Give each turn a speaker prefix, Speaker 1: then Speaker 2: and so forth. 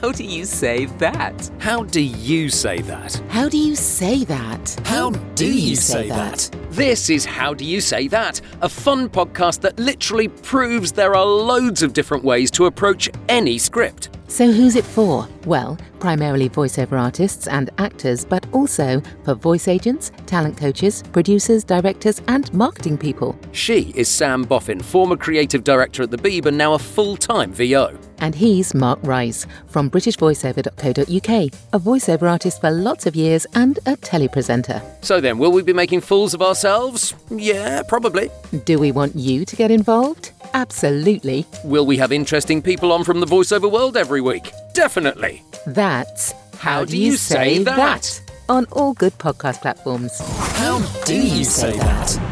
Speaker 1: How do you say that?
Speaker 2: How do you say that?
Speaker 1: How do you say that?
Speaker 2: This is How Do You Say That, a fun podcast that literally proves there are loads of different ways to approach any script.
Speaker 1: So, who's it for? Well, primarily voiceover artists and actors, but also for voice agents, talent coaches, producers, directors, and marketing people.
Speaker 2: She is Sam Boffin, former creative director at The Beeb and now a full time VO.
Speaker 1: And he's Mark Rice from BritishVoiceover.co.uk, a voiceover artist for lots of years and a telepresenter.
Speaker 2: So then, will we be making fools of ourselves? Yeah, probably.
Speaker 1: Do we want you to get involved? Absolutely.
Speaker 2: Will we have interesting people on from the voiceover world every week? Definitely.
Speaker 1: That's How, Do You Say, that? on all good podcast platforms.
Speaker 2: How do you say that?